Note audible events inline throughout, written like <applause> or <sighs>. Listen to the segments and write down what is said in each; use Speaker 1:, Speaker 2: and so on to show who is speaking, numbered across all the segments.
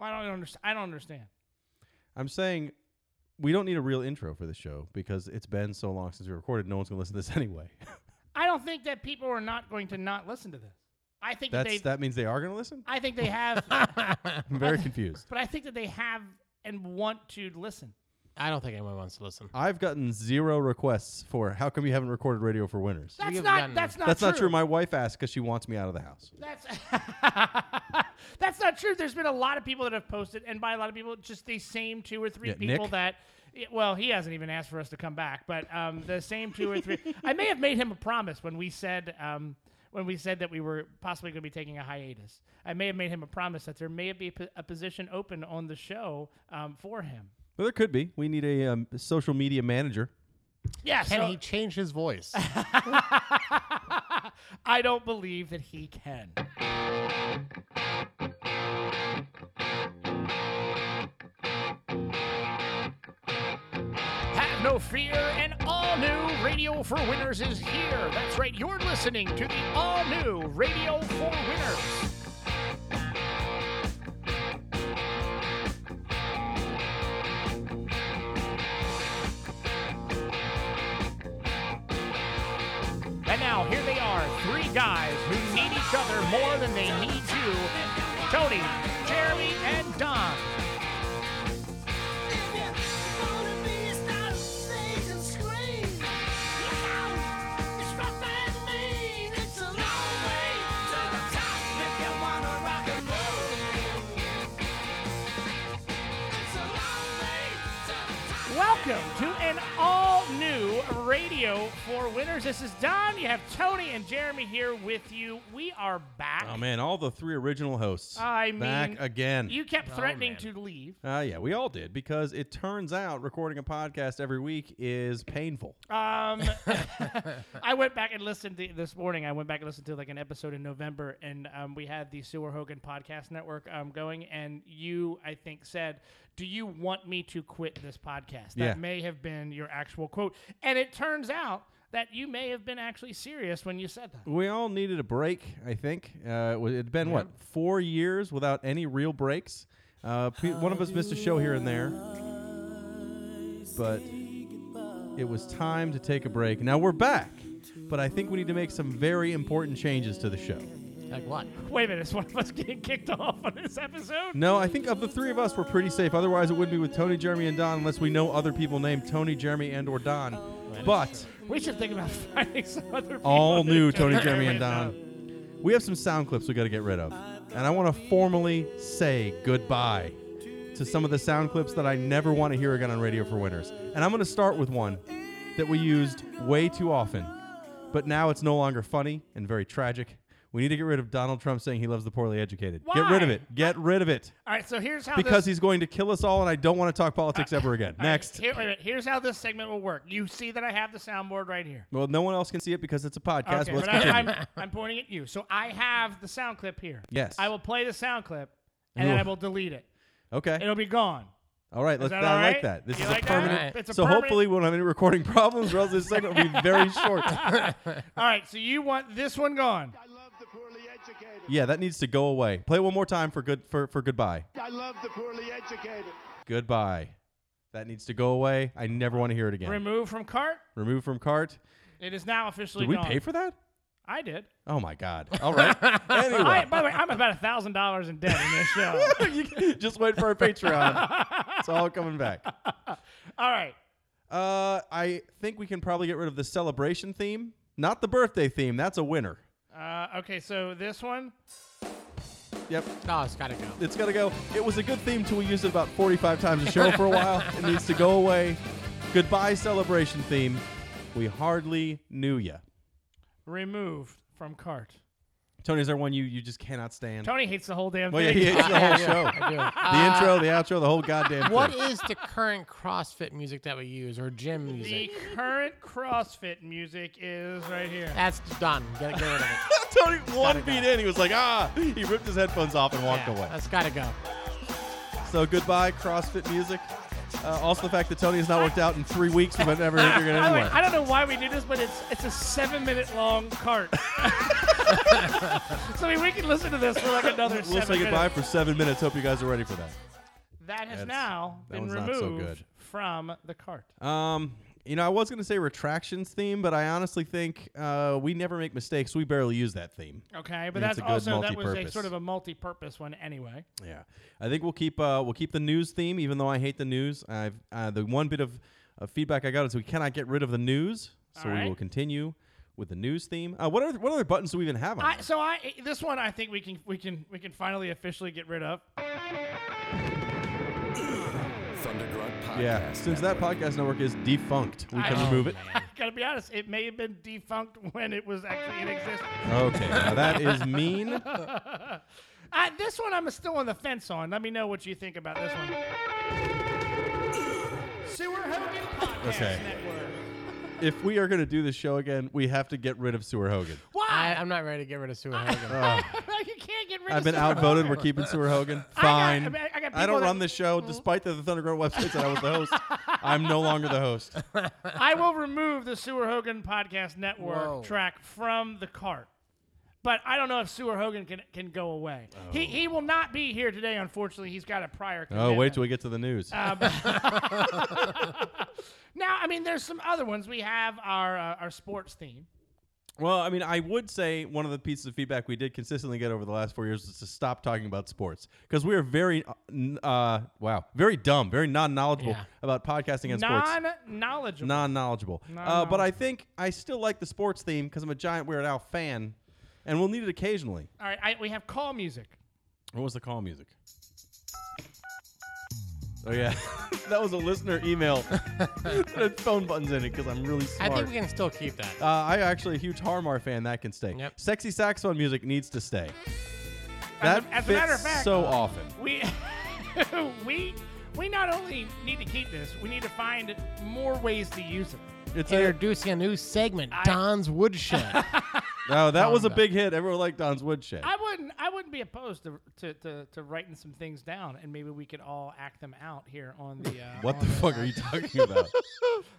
Speaker 1: I don't understand. I don't understand.
Speaker 2: I'm saying we don't need a real intro for this show because it's been so long since we recorded. No one's gonna listen to
Speaker 1: <laughs>
Speaker 2: this <laughs> anyway.
Speaker 1: I don't think that people are not going to not listen to this. I think that they.
Speaker 2: That's that means they are gonna listen.
Speaker 1: <laughs> I think they
Speaker 2: <laughs>
Speaker 1: have,
Speaker 2: I'm very confused.
Speaker 1: but I think that they have and want to listen.
Speaker 3: I don't think anyone wants to listen.
Speaker 2: I've gotten zero requests for how come you haven't recorded radio for winners.
Speaker 1: That's
Speaker 3: have
Speaker 1: not.
Speaker 3: gotten-
Speaker 1: that's not.
Speaker 2: That's
Speaker 1: true.
Speaker 2: not true. My wife asked because she wants me out of the house.
Speaker 1: That's <laughs> that's not true. There's been a lot of people that have posted, and by a lot of people, just the same two or three
Speaker 2: Yeah,
Speaker 1: people
Speaker 2: Nick?
Speaker 1: that. y- Well, he hasn't even asked for us to come back, but um, the same two or three. I may have made him a promise when we said um, when we said that we were possibly going to be taking a hiatus. I may have made him a promise that there may be a po- a position open on the show um, for him.
Speaker 2: Well, there could be. We need a um, social media manager.
Speaker 1: Yeah,
Speaker 3: Can
Speaker 1: so
Speaker 3: he change his voice?
Speaker 1: <laughs> I don't believe that he can. Have no fear, and all new Radio for Winners is here. That's right, you're listening to the all new Radio for Winners. And now here they are, three guys who need each other more than they need you. Tony, Jeremy, and Don. Welcome to an all new Radio for Winners. This is Don. You have Tony and Jeremy here with you. We are back.
Speaker 2: Oh man, all the three original hosts.
Speaker 1: I
Speaker 2: back
Speaker 1: mean,
Speaker 2: again.
Speaker 1: You kept threatening
Speaker 3: man.
Speaker 1: to leave.
Speaker 2: uh, yeah, we all did because it turns out recording a podcast every week is painful.
Speaker 1: Um, <laughs> I went back and listened to, this morning. I went back and listened to like an episode in November, and um, we had the Sewer Hogan Podcast Network um, going. And you, I think, said, "Do you want me to quit this podcast?" That
Speaker 2: Yeah.
Speaker 1: may have been your actual quote. And it turns out that you may have been actually serious when you said that.
Speaker 2: We all needed a break, I think. Uh, it wa- it'd been, what, four years without any real breaks? Uh, pe- one of us missed a show here and there. But it was time to take a break. Now we're back, but I think we need to make some very important changes to the show.
Speaker 3: like what?
Speaker 1: Wait a minute, is one of us getting kicked off on this episode?
Speaker 2: No, I think of the three of us, we're pretty safe. Otherwise, it would be with Tony, Jeremy, and Don, unless we know other people named Tony, Jeremy, and or Don. But
Speaker 1: We should think about <laughs> finding some other people
Speaker 2: all
Speaker 1: to
Speaker 2: new
Speaker 1: do
Speaker 2: Tony,
Speaker 1: it
Speaker 2: Jeremy, and
Speaker 1: with.
Speaker 2: Don. We have some sound clips we got to get rid of, and I want to formally say goodbye to some of the sound clips that I never want to hear again on Radio for Winners. And I'm going to start with one that we used way too often, but now it's no longer funny and very tragic. We need to get rid of Donald Trump saying he loves the poorly educated. Get rid of
Speaker 1: Why?
Speaker 2: it. Get rid of it.
Speaker 1: All right, so here's how this
Speaker 2: Because he's going to kill us all, and I don't want to talk politics ever again.
Speaker 1: All right,
Speaker 2: Next.
Speaker 1: here- wait a minute. here's how this segment will work. You see that I have the soundboard right here.
Speaker 2: Well, no one else can see it because it's a podcast.
Speaker 1: Okay,
Speaker 2: but let's
Speaker 1: but I,
Speaker 2: continue.
Speaker 1: I'm, I'm pointing at you. So I have the sound clip here.
Speaker 2: Yes.
Speaker 1: I will play the sound clip and then
Speaker 2: Ooh.
Speaker 1: I will delete it.
Speaker 2: okay.
Speaker 1: It'll be gone.
Speaker 2: All right, let's.
Speaker 1: that
Speaker 2: I
Speaker 1: all
Speaker 2: like
Speaker 1: right?
Speaker 2: that. This
Speaker 1: You
Speaker 2: is
Speaker 1: like
Speaker 2: a
Speaker 1: that?
Speaker 2: permanent.
Speaker 3: All right.
Speaker 1: It's a
Speaker 2: so
Speaker 1: permanent-
Speaker 2: hopefully we won't have any recording <laughs> problems, or else this segment will be
Speaker 1: <laughs>
Speaker 2: very short.
Speaker 1: All right, so you want this one gone.
Speaker 4: I love the poorly educated.
Speaker 2: yeah, that needs to go away. Play it one more time for good for for goodbye.
Speaker 4: I love the poorly educated.
Speaker 2: Goodbye. That needs to go away. I never want to hear it again.
Speaker 1: Remove from cart.
Speaker 2: Remove from cart.
Speaker 1: It is now officially
Speaker 2: Did we
Speaker 1: gone.
Speaker 2: pay for that?
Speaker 1: I did.
Speaker 2: Oh my God.
Speaker 1: <laughs>
Speaker 2: All right.
Speaker 1: I,
Speaker 2: anyway,
Speaker 1: by the way, I'm about a thousand dollars in debt in this show.
Speaker 2: <laughs> You- just wait for
Speaker 1: <laughs>
Speaker 2: our Patreon. it's all coming back.
Speaker 1: All right.
Speaker 2: Uh, I think we can probably get rid of the celebration theme, not the birthday theme. That's a winner.
Speaker 1: Uh, okay, so this one.
Speaker 2: Yep,
Speaker 3: No, Oh, it's gotta <laughs> go.
Speaker 2: it's gotta go. It was a good theme till we used it about 45 times a show for a while. It needs to go away. Goodbye celebration theme. We hardly knew ya.
Speaker 1: Removed from cart.
Speaker 2: Tony, is there one you you just cannot stand?
Speaker 1: Tony hates the whole damn
Speaker 2: well, yeah,
Speaker 1: thing.
Speaker 2: he hates the
Speaker 1: <laughs>
Speaker 2: whole show.
Speaker 3: I do.
Speaker 2: The intro, the outro, the whole goddamn
Speaker 3: What
Speaker 2: thing.
Speaker 3: is the current CrossFit music that we use or gym
Speaker 1: The
Speaker 3: music?
Speaker 1: current CrossFit music is right here.
Speaker 3: That's done. Get, get rid <laughs> of it.
Speaker 2: <laughs> Tony, one beat in, he was like, ah! He ripped his headphones off and walked
Speaker 3: Yeah,
Speaker 2: away.
Speaker 3: That's gotta go.
Speaker 2: So goodbye, CrossFit music. Uh, also, the fact that Tony has not worked out in three
Speaker 1: <laughs>
Speaker 2: weeks, but never figured it
Speaker 1: By the way, I
Speaker 2: anyway. <laughs>
Speaker 1: don't know why we do this, but it's it's a seven minute long cart. <laughs> So I mean, we can listen to this for like another
Speaker 2: We'll
Speaker 1: seven
Speaker 2: say
Speaker 1: minutes.
Speaker 2: goodbye for seven minutes. Hope you guys are ready for that.
Speaker 1: That has
Speaker 2: That's-
Speaker 1: now
Speaker 2: that
Speaker 1: been
Speaker 2: one's not
Speaker 1: removed
Speaker 2: so good.
Speaker 1: from the cart.
Speaker 2: Um, you know, I was going to say retractions theme, but I honestly think uh, we never make mistakes. We barely use that theme.
Speaker 1: Okay, but that's,
Speaker 2: That's a good
Speaker 1: also that was a
Speaker 2: multi-purpose.
Speaker 1: sort of a multi-purpose one anyway.
Speaker 2: Yeah, I think we'll keep uh, we'll keep the news theme, even though I hate the news. I've uh, the one bit of, of feedback I got is we cannot get rid of the news, so
Speaker 1: All
Speaker 2: we will
Speaker 1: right.
Speaker 2: continue with the news theme. Uh, what other what other buttons do we even have on?
Speaker 1: I,
Speaker 2: there?
Speaker 1: so I this one I think we can we can we can finally officially get rid of.
Speaker 5: Thundergrunt Podcast.
Speaker 2: yeah, since that podcast network is defunct, we
Speaker 1: I-
Speaker 2: can remove it.
Speaker 1: I <laughs> gotta be honest, it may have been defunct when it was actually in existence.
Speaker 2: Okay, now that is mean.
Speaker 1: I, this one I'm still on the fence on. Let me know what you think about this one. Sewer Hogan Podcast
Speaker 2: Okay.
Speaker 1: Network.
Speaker 2: If we are going to do this show again, we have to get rid of Sewer Hogan.
Speaker 1: Why?
Speaker 3: I, I'm not ready to get rid of Sue <laughs> Hogan.
Speaker 1: <laughs> you can't get rid
Speaker 2: I've
Speaker 1: of
Speaker 2: been
Speaker 1: Sewer
Speaker 2: outvoted.
Speaker 1: Hogan.
Speaker 2: We're keeping Sewer Hogan.
Speaker 1: I got- I
Speaker 2: Fine.
Speaker 1: mean, I got people
Speaker 2: don't
Speaker 1: that- Hmm?
Speaker 2: run this show, despite the Thunderground website that I was the host. I'm no longer the host.
Speaker 1: <laughs> I will remove the Sewer Hogan Podcast Network
Speaker 3: Whoa.
Speaker 1: track from the cart. But I don't know if Sewer Hogan can, can go away. He, he will not be here today, unfortunately. He's got a prior
Speaker 2: Oh,
Speaker 1: commitment.
Speaker 2: wait till we get to the news.
Speaker 1: Uh, Now, I mean, there's some other ones. We have our, uh, our sports theme.
Speaker 2: well, I mean, I would say one of the pieces of feedback we did consistently get over the last four years is to stop talking about sports because we are very, uh, n- uh, wow, very dumb, very non-knowledgeable
Speaker 3: Yeah.
Speaker 2: about podcasting and sports.
Speaker 1: Non-knowledgeable.
Speaker 2: non-knowledgeable. Uh, but I think I still like the sports theme because I'm a giant Weird Al fan, and we'll need it occasionally.
Speaker 1: All right, I, we have call music.
Speaker 2: What was the call music? Oh yeah, <laughs> that was a listener email. <laughs> that had phone buttons in it because I'm really
Speaker 3: I
Speaker 2: smart.
Speaker 3: think we can still keep that.
Speaker 2: uh, I'm actually a huge Harmar fan. That can stay.
Speaker 3: Yep.
Speaker 2: Sexy saxophone music needs to stay. That
Speaker 1: as a
Speaker 2: fits
Speaker 1: matter of fact-
Speaker 2: so often.
Speaker 1: We <laughs> we we not only need to keep this, we need to find more ways to use it.
Speaker 2: It's a,
Speaker 3: Introducing a new segment, Don's Woodshed.
Speaker 2: no, Oh, that was a
Speaker 3: Conga.
Speaker 2: big hit. Everyone liked Don's Woodshed.
Speaker 1: I wouldn't I wouldn't be opposed to to, to, to writing some things down and maybe we could all act them out here on the uh,
Speaker 2: what
Speaker 1: on-
Speaker 2: the fuck are you
Speaker 1: <laughs>
Speaker 2: talking about?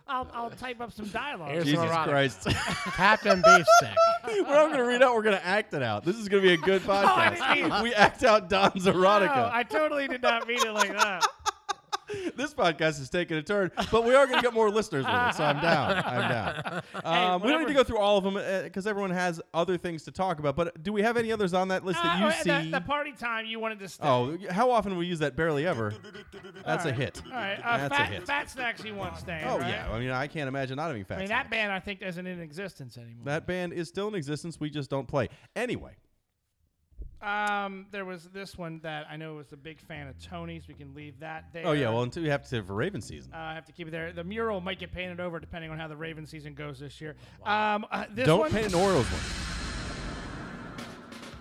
Speaker 1: I'll, I'll type up some dialogue.
Speaker 3: Here's-
Speaker 2: Jesus
Speaker 1: <laughs>
Speaker 3: erotic.
Speaker 2: Christ. <laughs>
Speaker 3: Captain Beefstick.
Speaker 2: We're not going to read out. We're going to act it out. This is going to be
Speaker 1: <laughs>
Speaker 2: a good
Speaker 1: I didn't
Speaker 2: podcast. we act out Don's erotica.
Speaker 1: No, I totally did not mean it like
Speaker 2: <laughs>
Speaker 1: that.
Speaker 2: this podcast is taking a turn, but we are going to get more listeners with it, so I'm down. I'm
Speaker 1: <laughs>
Speaker 2: down. Um, we don't need
Speaker 1: whatever-
Speaker 2: to go through all of them because everyone has other things to talk about. But do we have any others on that list that you
Speaker 1: Uh,
Speaker 2: see?
Speaker 1: the, the party time you wanted to stay.
Speaker 2: oh, how often we use that? Barely ever. That's a hit.
Speaker 1: All right, uh,
Speaker 2: That's a
Speaker 1: fat,
Speaker 2: hit.
Speaker 1: fat snacks you want staying.
Speaker 2: Oh
Speaker 1: right?
Speaker 2: yeah. I mean, I can't imagine not having facts.
Speaker 1: I mean that band I think isn't in existence anymore.
Speaker 2: that band is still in existence. We just don't play. Anyway,
Speaker 1: Um, there was this one that I know was a big fan of Tony's. We can leave that there.
Speaker 2: oh yeah. Well, until we have to for Raven season.
Speaker 1: Uh, I have to keep it there. The mural might get painted over depending on how the Raven season goes this year. Um, uh, this
Speaker 2: Don't
Speaker 1: one,
Speaker 2: paint an Orioles one.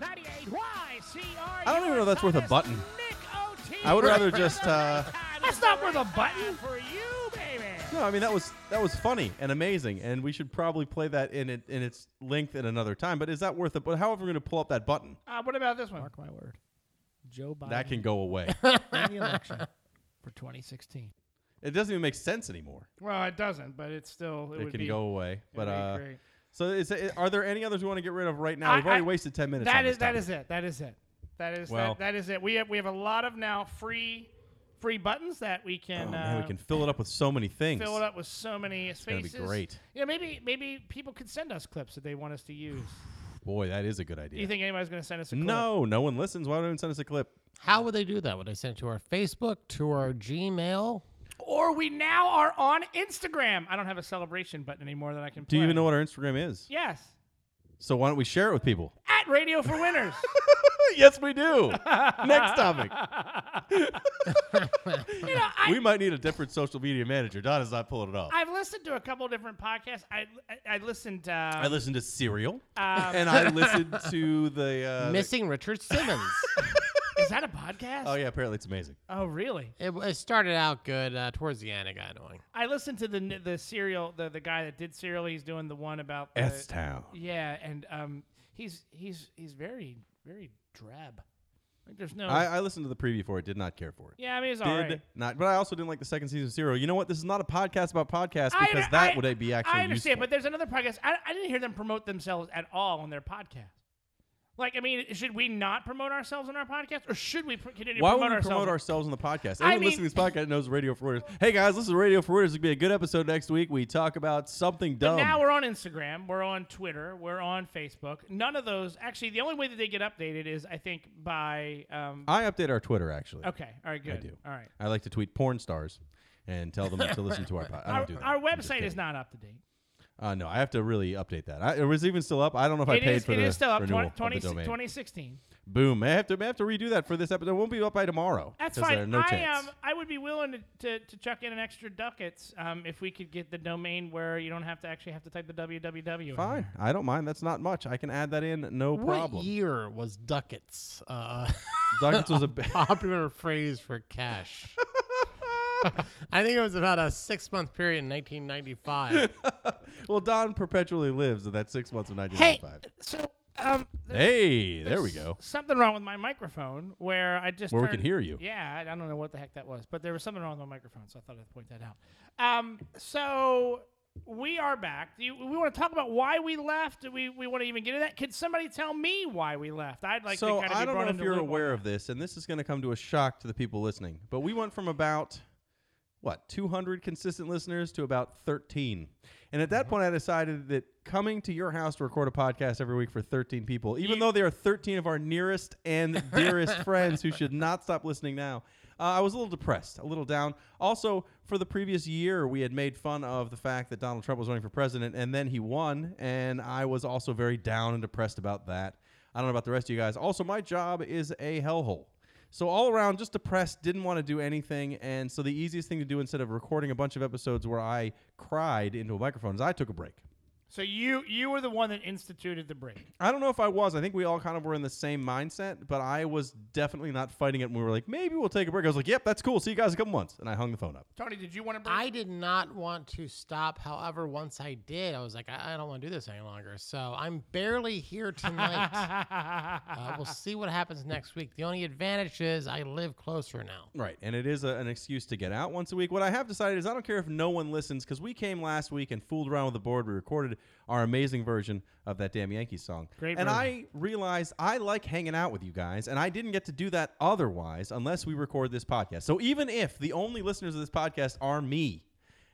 Speaker 1: 98 YCR.
Speaker 2: I don't even know if that's worth a button.
Speaker 1: Nick O'Teague. <laughs>
Speaker 2: I would rather just. Uh,
Speaker 1: That's not worth a button. For you, baby.
Speaker 2: No, I mean that was that was funny and amazing, and we should probably play that in it, in its length at another time. But is that worth it? But how are we going to pull up that button?
Speaker 1: Uh, what about this one? Mark my word. Joe Biden
Speaker 2: That can
Speaker 1: <laughs>
Speaker 2: go away.
Speaker 1: won the election <laughs> for 2016.
Speaker 2: it doesn't even make sense anymore.
Speaker 1: Well, it doesn't, but it's still it,
Speaker 2: It,
Speaker 1: would
Speaker 2: can
Speaker 1: be,
Speaker 2: go away. But
Speaker 1: be
Speaker 2: uh,
Speaker 1: great.
Speaker 2: so is it, are there any others we want to get rid of right now?
Speaker 1: I-
Speaker 2: We've already
Speaker 1: I-
Speaker 2: wasted ten minutes.
Speaker 1: That
Speaker 2: on this
Speaker 1: is that
Speaker 2: topic.
Speaker 1: is it. That is it. That is
Speaker 2: Well-
Speaker 1: that, that is it. We have we have a lot of now free free buttons that we can,
Speaker 2: Oh, man,
Speaker 1: uh,
Speaker 2: we can fill it up with so many things.
Speaker 1: fill it up with so many
Speaker 2: gonna be
Speaker 1: spaces.
Speaker 2: great.
Speaker 1: Yeah, maybe maybe people could send us clips that they want us to
Speaker 2: <sighs>
Speaker 1: use.
Speaker 2: Boy, that is a good
Speaker 1: Do
Speaker 2: idea.
Speaker 1: you think anybody's going to send us a clip?
Speaker 2: no, no one listens. Why don't you send us a clip?
Speaker 3: How would they do that? Would they send it to our Facebook, to our Gmail?
Speaker 1: Or we now are on Instagram. I don't have a celebration button anymore that I can.
Speaker 2: Do you
Speaker 1: play.
Speaker 2: even know what our Instagram is?
Speaker 1: Yes.
Speaker 2: So why don't we share it
Speaker 1: <laughs>
Speaker 2: with people?
Speaker 1: At Radio for
Speaker 2: <laughs>
Speaker 1: Winners.
Speaker 2: yes, we do. Next
Speaker 1: <laughs>
Speaker 2: topic.
Speaker 1: you know, I,
Speaker 2: We might need a different social media manager. Donna's not pulling it off.
Speaker 1: I've listened to a couple different podcasts. I I, I listened. Uh, um,
Speaker 2: I listened to Serial, <laughs> and I listened
Speaker 1: <laughs>
Speaker 2: to the uh,
Speaker 3: Missing Richard <laughs> Simmons.
Speaker 1: is that a podcast?
Speaker 2: Oh yeah, apparently it's amazing.
Speaker 1: Oh really?
Speaker 3: it, it started out good. Uh, towards the end, it got annoying.
Speaker 1: I listened to the n- the serial the the guy that did serial. He's doing the one about the,
Speaker 2: S Town.
Speaker 1: yeah, and um, he's he's he's very very drab. Like there's no
Speaker 2: I, I listened to the preview for it. Did not care for it.
Speaker 1: yeah. I mean, it's
Speaker 2: Did
Speaker 1: all right.
Speaker 2: not, but I also didn't like the second season of Serial. You know what? This is not a podcast about podcasts
Speaker 1: I
Speaker 2: because
Speaker 1: under-
Speaker 2: that
Speaker 1: I-
Speaker 2: would be actually
Speaker 1: I understand,
Speaker 2: useful.
Speaker 1: but there's another podcast. I, I didn't hear them promote themselves at all on their podcast. Like, I mean, should we not promote ourselves on our podcast, or should we pr- continue to
Speaker 2: Why would
Speaker 1: promote
Speaker 2: we
Speaker 1: ourselves?
Speaker 2: promote ourselves on the podcast?
Speaker 1: I
Speaker 2: Anyone listening to this podcast knows Radio for Reuters. Hey guys, this is Radio for Reuters. It's gonna be a good episode next week. We talk about something
Speaker 1: But
Speaker 2: dumb.
Speaker 1: now we're on Instagram, we're on Twitter, we're on Facebook. None of those. Actually, the only way that they get updated is, I think, by. Um,
Speaker 2: I update our Twitter actually.
Speaker 1: okay, all right, good.
Speaker 2: do.
Speaker 1: All right.
Speaker 2: I like to tweet porn stars and tell them to listen to our podcast. I
Speaker 1: Our,
Speaker 2: don't do that.
Speaker 1: our
Speaker 2: I'm just
Speaker 1: website is
Speaker 2: kidding.
Speaker 1: not up to date.
Speaker 2: Uh, no, I have to really update that. I, it was even still up. I don't know if I
Speaker 1: It
Speaker 2: paid
Speaker 1: is.
Speaker 2: for
Speaker 1: It
Speaker 2: the
Speaker 1: is still up.
Speaker 2: renewal
Speaker 1: 20,
Speaker 2: of the domain.
Speaker 1: 2016.
Speaker 2: Boom. I have to. I have to redo that for this episode. It won't be up by tomorrow.
Speaker 1: That's
Speaker 2: 'cause there are
Speaker 1: fine.
Speaker 2: No
Speaker 1: I
Speaker 2: chance.
Speaker 1: um, I would be willing to, to, to chuck in an extra ducats um, if we could get the domain where you don't have to actually have to type the www. in.
Speaker 2: Fine. I don't mind. That's not much. I can add that in. No
Speaker 3: What
Speaker 2: problem.
Speaker 3: year was ducats uh, <laughs>
Speaker 1: <laughs>
Speaker 2: Ducats was a b-
Speaker 3: popular phrase for cash? I think it was about a six month period
Speaker 2: <laughs>
Speaker 3: in 1995.
Speaker 2: <laughs> well. Don perpetually lives in that six months of
Speaker 1: Hey,
Speaker 2: 1995.
Speaker 1: so um, there's
Speaker 2: Hey, there we go.
Speaker 1: something wrong with my microphone where I just
Speaker 2: Oh. Where we
Speaker 1: turned-
Speaker 2: can hear you.
Speaker 1: Yeah, I I don't know what the heck that was, but there was something wrong with my microphone, so I thought I'd point that out. Um, so we are back. Do you, we want to talk about why we left. Do we we want to even get into that? Could somebody tell me why we left? I'd like to
Speaker 2: so
Speaker 1: kind of
Speaker 2: I
Speaker 1: be
Speaker 2: don't
Speaker 1: brought
Speaker 2: know if
Speaker 1: into
Speaker 2: you're
Speaker 1: the loop on
Speaker 2: aware
Speaker 1: that.
Speaker 2: of this, and this is going to come to a shock to the people listening. But we went from about what 200 consistent listeners to about 13, and at that point, I decided that coming to your house to record a podcast every week for 13 people, even
Speaker 1: You-
Speaker 2: though they are 13 of our nearest and dearest friends who should not stop listening now. Uh, I was a little depressed, a little down. Also, for the previous year, we had made fun of the fact that Donald Trump was running for president, and then he won, and I was also very down and depressed about that. I don't know about the rest of you guys. Also, my job is a hellhole. So all around, just depressed, didn't want to do anything, and so the easiest thing to do instead of recording a bunch of episodes where I cried into a microphone is I took a break.
Speaker 1: So you you were the one that instituted the break.
Speaker 2: I don't know if I was. I think we all kind of were in the same mindset, but I was definitely not fighting it. And we were like, maybe we'll take a break. I was like, yep, that's cool. See you guys in a couple months, and I hung the phone up.
Speaker 1: Tony, did you want to break?
Speaker 3: I did not want to stop. However, once I did, I was like, I, I don't want to do this any longer. So I'm barely
Speaker 2: <laughs>
Speaker 3: here tonight.
Speaker 1: <laughs>
Speaker 3: uh, we'll see what happens next week. The only advantage is I live closer now.
Speaker 2: Right, and it is a, an excuse to get out once a week. What I have decided is I don't care if no one listens because we came last week and fooled around with the board. We recorded our amazing version of that damn Yankees song.
Speaker 1: Great
Speaker 2: and
Speaker 1: version.
Speaker 2: I realized I like hanging out with you guys, and I didn't get to do that otherwise unless we record this podcast. So even if the only listeners of this podcast are me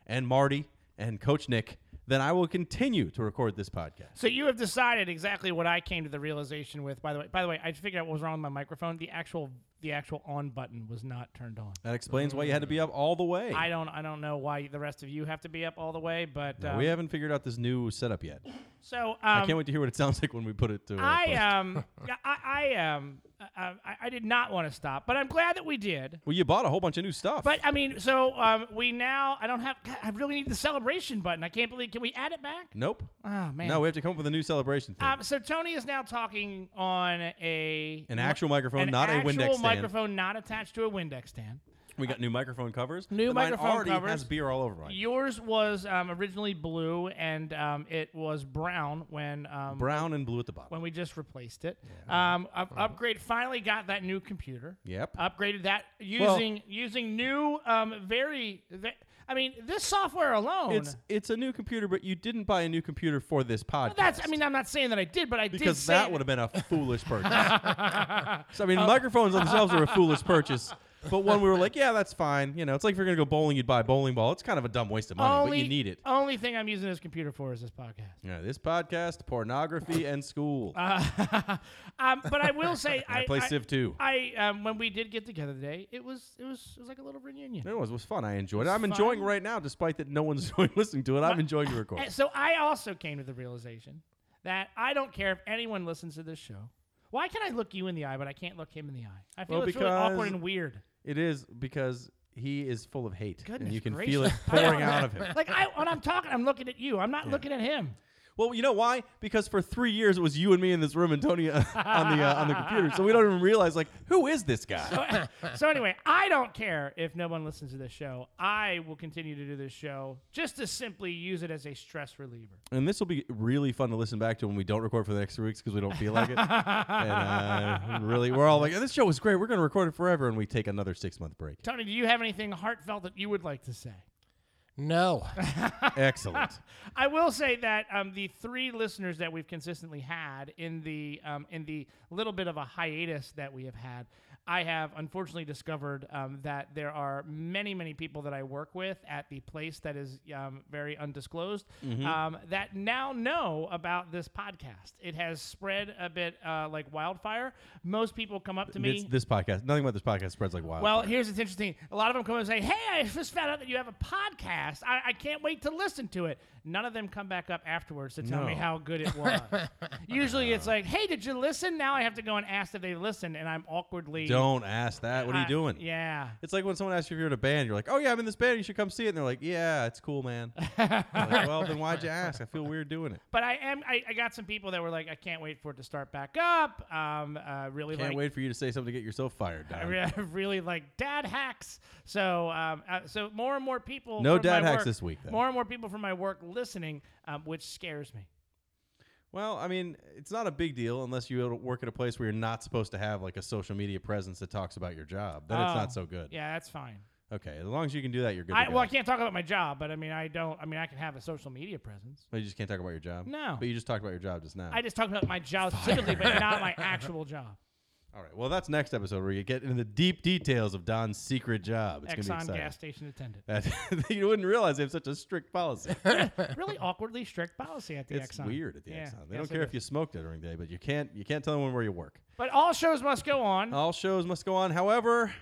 Speaker 2: and Marty and Coach Nick, then I will continue to record this podcast.
Speaker 1: so you have decided exactly what I came to the realization with. By the way, by the way, I just figured out what was wrong with my microphone. The actual the actual on button was not turned on.
Speaker 2: That explains why you had to be up all the way.
Speaker 1: I don't I don't know why the rest of you have to be up all the way, but um,
Speaker 2: we haven't figured out this new setup yet.
Speaker 1: so um,
Speaker 2: I can't wait to hear what it sounds like when we put it to. uh,
Speaker 1: I
Speaker 2: post.
Speaker 1: um <laughs> yeah, I, I um uh, I, I did not want to stop, but I'm glad that we did.
Speaker 2: Well, you bought a whole bunch of new stuff.
Speaker 1: But I mean, so um, we now I don't have God, I really need the celebration button. I can't believe can we add it back?
Speaker 2: nope.
Speaker 1: Oh man.
Speaker 2: No, we have to come up with a new celebration thing.
Speaker 1: Um, so Tony is now talking on a
Speaker 2: An actual microphone,
Speaker 1: an
Speaker 2: not a
Speaker 1: actual
Speaker 2: Windex stand.
Speaker 1: microphone, not attached to a Windex stand.
Speaker 2: we got new microphone covers.
Speaker 1: New
Speaker 2: and mine
Speaker 1: microphone
Speaker 2: already
Speaker 1: covers.
Speaker 2: has beer all over mine.
Speaker 1: Yours was um, originally blue, and um, it was brown when um,
Speaker 2: Brown and blue at the bottom.
Speaker 1: when we just replaced it. Um, up-
Speaker 2: Uh-huh.
Speaker 1: Upgrade finally got that new computer.
Speaker 2: Yep.
Speaker 1: Upgraded that
Speaker 2: Well-
Speaker 1: using using new um, very. ve- I mean, this software alone.
Speaker 2: it's it's a new computer, but you didn't buy a new computer for this podcast.
Speaker 1: that's. I mean, I'm not saying that I did, but I did
Speaker 2: because
Speaker 1: say Oh.
Speaker 2: that would have
Speaker 1: <laughs>
Speaker 2: been a foolish purchase. so I mean, microphones themselves
Speaker 1: <laughs>
Speaker 2: are a foolish purchase. But when we were like, yeah, that's fine. You know, it's like if you're gonna go bowling, you'd buy a bowling ball. It's kind of a dumb waste of money,
Speaker 1: only
Speaker 2: but you need it.
Speaker 1: Only thing I'm using this computer for is this podcast.
Speaker 2: Yeah, this podcast, pornography, and school.
Speaker 1: Uh, um, but I
Speaker 2: <laughs>
Speaker 1: will say, I,
Speaker 2: I play
Speaker 1: I-
Speaker 2: Civ 2.
Speaker 1: I um, when we did get together today, it was it was it was like a little reunion.
Speaker 2: It was, it was fun. I enjoyed it. I'm enjoying
Speaker 1: fun.
Speaker 2: right now, despite that no one's <laughs> listening to it. I'm enjoying
Speaker 1: <laughs>
Speaker 2: the recording.
Speaker 1: And so I also came to the realization that I don't care if anyone listens to this show. Why can I look you in the eye, but I can't look him in the eye? I feel
Speaker 2: Well,
Speaker 1: it's really awkward
Speaker 2: because-
Speaker 1: and weird.
Speaker 2: It is because he is full of hate, and
Speaker 1: Goodness
Speaker 2: you can
Speaker 1: gracious.
Speaker 2: feel it
Speaker 1: I don't <laughs>
Speaker 2: pouring out of
Speaker 1: know.
Speaker 2: him.
Speaker 1: Like I, when I'm talking, I'm looking at you. I'm not looking at him. <laughs>
Speaker 2: Well, you know why? Because for three years it was you and me in this room, and Tony uh, <laughs> on the uh, on the computer. So we don't even realize like who is this guy.
Speaker 1: so anyway, I don't care if no one listens to this show. I will continue to do this show just to simply use it as a stress reliever.
Speaker 2: And this will be really fun to listen back to when we don't record for the next three weeks because we don't
Speaker 1: <laughs>
Speaker 2: feel like it. and uh, really, we're all like, this show was great.
Speaker 1: <laughs>
Speaker 2: We're going to record it forever, and we take another six month break.
Speaker 1: Tony, do you have anything heartfelt that you would like to say?
Speaker 3: No. <laughs>
Speaker 2: Excellent.
Speaker 1: I will say that um, the three listeners that we've consistently had in the um, in the little bit of a hiatus that we have had, I have unfortunately discovered um, that there are many many people that I work with at the place that is um, very undisclosed um, that now know about this podcast. It has spread a bit uh, like wildfire. Most people come up to me.
Speaker 2: It's this podcast. Nothing about this podcast spreads like wildfire.
Speaker 1: Well, here's what's interesting. A lot of them come and say, "Hey, I just found out that you have a podcast. I, I can't wait to listen to it." None of them come back up afterwards to tell me
Speaker 2: No.
Speaker 1: how good it
Speaker 2: <laughs>
Speaker 1: was. Usually, it's like, "Hey, did you listen?" Now I have to go and ask if they listened, and I'm awkwardly.
Speaker 2: Don't ask that. What are you
Speaker 1: I-
Speaker 2: doing?
Speaker 1: yeah.
Speaker 2: It's like when someone asks you if you're in a band, you're like, "Oh yeah, I'm in this band. You should come see it." And they're like, "Yeah, it's
Speaker 1: <laughs>
Speaker 2: cool, man." You're like, well, then why'd you ask? I feel weird doing it.
Speaker 1: But I am. I, I got some people that were like, "I can't wait for it to start back up." Um, uh, really
Speaker 2: Can't
Speaker 1: like.
Speaker 2: wait for you to say something to get
Speaker 1: <laughs>
Speaker 2: yourself fired.
Speaker 1: I <laughs>
Speaker 2: Don.
Speaker 1: re- really like dad hacks. So, um, uh, so more and more people.
Speaker 2: No
Speaker 1: from my
Speaker 2: dad hacks
Speaker 1: work-
Speaker 2: this week, though.
Speaker 1: More and more people from my work listening, um, which scares me.
Speaker 2: Well, I mean, it's not a big deal unless you work at a place where you're not supposed to have like a social media presence that talks about your job. Then it's
Speaker 1: Oh,
Speaker 2: not so good.
Speaker 1: Yeah, that's fine.
Speaker 2: Okay, as long as you can do that, you're good.
Speaker 1: I,
Speaker 2: to
Speaker 1: well, I
Speaker 2: go.
Speaker 1: can't talk about my job, but I mean, I don't. I mean, I can have a social media presence.
Speaker 2: Well, Oh, you just can't talk about your job.
Speaker 1: No.
Speaker 2: But you just talked about your job just now.
Speaker 1: I just talk about my job specifically, but not
Speaker 2: <laughs>
Speaker 1: my actual job.
Speaker 2: All right. Well, that's next episode where you get into the deep details of Don's secret job. It's gonna be
Speaker 1: Exxon
Speaker 2: exciting.
Speaker 1: gas station attendant.
Speaker 2: <laughs> That- you wouldn't realize they have such a strict policy.
Speaker 1: really awkwardly strict policy at the
Speaker 2: it's
Speaker 1: Exxon.
Speaker 2: weird at the
Speaker 1: Yeah,
Speaker 2: Exxon.
Speaker 1: yes,
Speaker 2: They don't
Speaker 1: it
Speaker 2: care if
Speaker 1: is.
Speaker 2: you smoked during the day, but you can't you can't tell anyone where you work.
Speaker 1: But all shows must go on.
Speaker 2: All shows must go on. However,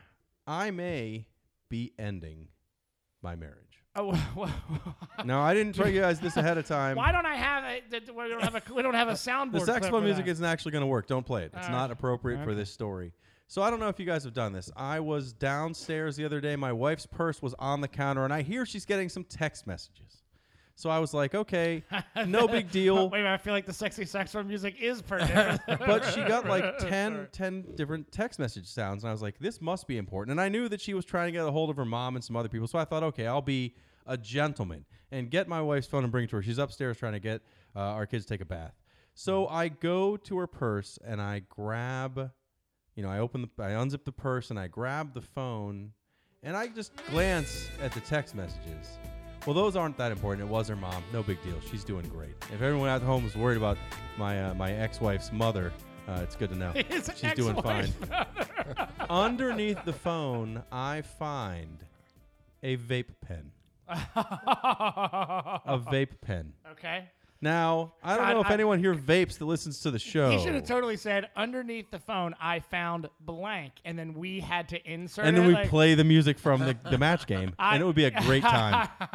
Speaker 2: I may be ending my marriage.
Speaker 1: Oh, <laughs> well,
Speaker 2: Now, I didn't tell you guys this ahead of
Speaker 1: <laughs>
Speaker 2: time.
Speaker 1: why don't I have a? th- th- We don't have a. We don't have a soundboard.
Speaker 2: <laughs> the
Speaker 1: clip
Speaker 2: saxophone
Speaker 1: for
Speaker 2: music
Speaker 1: that.
Speaker 2: isn't actually going to work. Don't play it. It's
Speaker 1: Uh,
Speaker 2: not appropriate for this story. So I don't know if you guys have done this. I was downstairs the other day. My wife's purse was on the counter, and I hear she's getting some text messages. So I was like, okay,
Speaker 1: <laughs>
Speaker 2: no big
Speaker 1: Oh,
Speaker 2: deal.
Speaker 1: wait, a minute, I feel like the sexy saxophone music is
Speaker 2: <laughs>
Speaker 1: pertinent.
Speaker 2: but she got like 10, 10 different text message sounds and i was like this must be important and i knew that she was trying to get a hold of her mom and some other people so i thought okay i'll be a gentleman and get my wife's phone and bring it to her she's upstairs trying to get uh, our kids to take a bath so i go to her purse and i grab you know i open the i unzip the purse and i grab the phone and i just glance at the text messages well, those aren't that important. It was her mom. No big deal. She's doing great. If everyone at home is worried about my uh, my ex-wife's mother, uh, it's good to know
Speaker 1: <laughs> His
Speaker 2: she's doing fine.
Speaker 1: ex-wife's <laughs>
Speaker 2: Underneath the phone, I find a vape pen. A vape pen.
Speaker 1: <laughs> okay.
Speaker 2: Now, I don't know
Speaker 1: God,
Speaker 2: if
Speaker 1: I-
Speaker 2: anyone here vapes that listens to the show.
Speaker 1: He should have totally said, underneath the phone, I found blank. And then we had to insert
Speaker 2: and then
Speaker 1: it,
Speaker 2: we
Speaker 1: like-
Speaker 2: play the music from the, the
Speaker 1: <laughs>
Speaker 2: match game, and it would be a great time.
Speaker 1: I